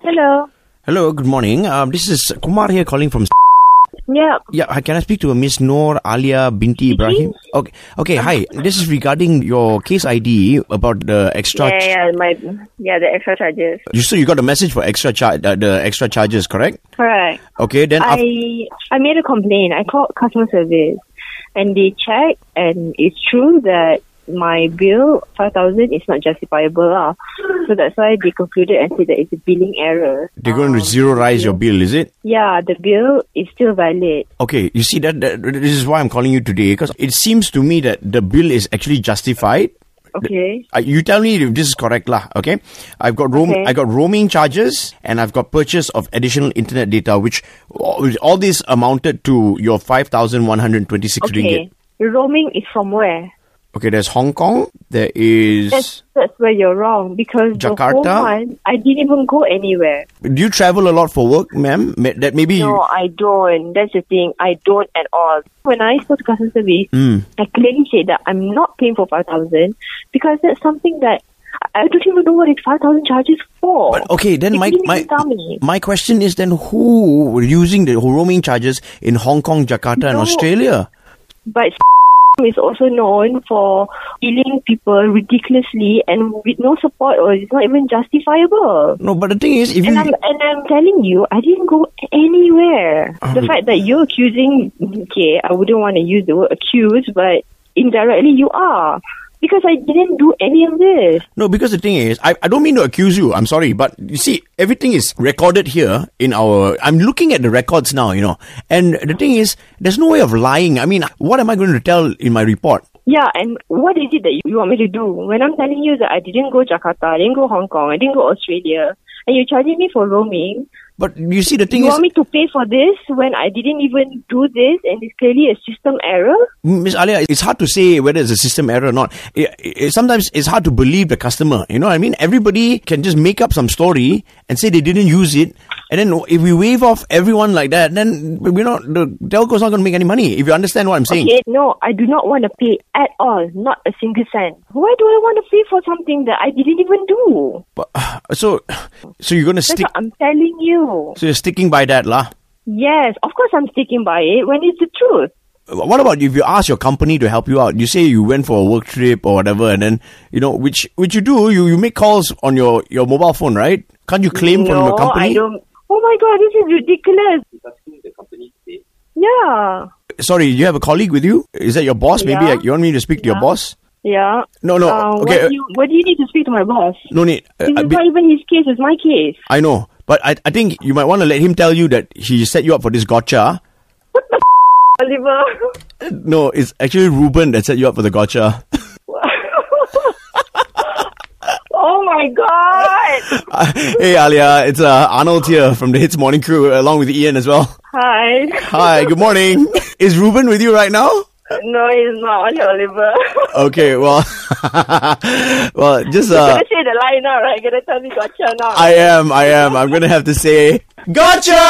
Hello. Hello, good morning. Um, this is Kumar here calling from. Yeah. Yeah, hi, can I speak to uh, Miss Noor Alia Binti Ibrahim? Okay, okay. Uh-huh. Hi, this is regarding your case ID about the extra. Yeah, yeah, my yeah, the extra charges. You so you got a message for extra charge, uh, the extra charges, correct? Correct. Okay, then af- I I made a complaint. I called customer service, and they checked, and it's true that my bill five thousand is not justifiable. lah. So that's why they concluded and said that it's a billing error. they're going to Um, zeroize your bill, is it? Yeah, the bill is still valid. Okay, you see that, that this is why I'm calling you today because it seems to me that the bill is actually justified. Okay. Uh, you tell me if this is correct, lah. Okay, I've got roam, Okay. I got roaming charges, and I've got purchase of additional internet data, which which all these amounted to your five thousand one hundred twenty six Okay. ringgit. Roaming is from where? Okay, there's Hong Kong. There is. That's that's where you're wrong because the Jakarta? whole month I didn't even go anywhere. Do you travel a lot for work, ma'am? Ma- That maybe No, I don't. That's the thing. I don't at all. When I spoke to customer service, Hmm. I clearly said that I'm not paying for five thousand because that's something that I I don't even know what it's five thousand charges for. But okay, then You my didn't even my tell me. my question is then who were using the roaming charges in Hong Kong, Jakarta, and No. Australia? But is also known for billing people ridiculously and with no support, or it's not even justifiable. No, but the thing is, if And I'm you and I'm telling you, I didn't go anywhere. The Oh. fact that you're accusing, okay, I wouldn't want to use the word accuse, but indirectly you are because I didn't do any of this. no, because the thing is, I, I don't mean to accuse you. I'm sorry, but you see, everything is recorded here in our. I'm looking at the records now, you know, and the thing is, there's no way of lying. I mean, what am I going to tell in my report? Yeah, and what is it that you want me to do when I'm telling you that I didn't go Jakarta, I didn't go Hong Kong, I didn't go Australia, and you're charging me for roaming? But you see, the thing You is, want me to pay for this when I didn't even do this, and it's clearly a system error? Miss Alia, it's hard to say whether it's a system error or not. It, it, sometimes it's hard to believe the customer. You know what I mean? Everybody can just make up some story and say they didn't use it. And then if we wave off everyone like that, then you know the telco's not going to make any money. If you understand what I'm saying, Okay, no, I do not want to pay at all, not a single cent. Why do I want to pay for something that I didn't even do? But, so so you're going to That's stick. what I'm telling you. So you're sticking by that, lah. Yes, of course I'm sticking by it when it's the truth. What about if you ask your company to help you out? You say you went for a work trip or whatever, and then you know which which you do. You you make calls on your your mobile phone, right? Can't you claim no, from your company? I don't. Oh my god, this is ridiculous. Yeah, sorry, you have a colleague with you? Is that your boss? Maybe Yeah. like, you want me to speak to your Yeah. boss? yeah. No, no, Uh, okay, What do, you, what do you need to speak to my boss? No need. Uh, This I, is be- not even his case. It's my case. I know, but I, I think you might want to let him tell you that he set you up for this gotcha. Oliver. No, it's actually Ruben that set you up for the gotcha. oh my god. hey Alia, it's uh, Arnold here from the Hits Morning Crew, along with Ian as well. Hi. Hi, good morning. Is Ruben with you right now? No, he's not. Only Oliver. Okay, well, well, just uh, Gonna say the line now, right? Gonna tell me gotcha now. I am, I am. I'm gonna have to say gotcha.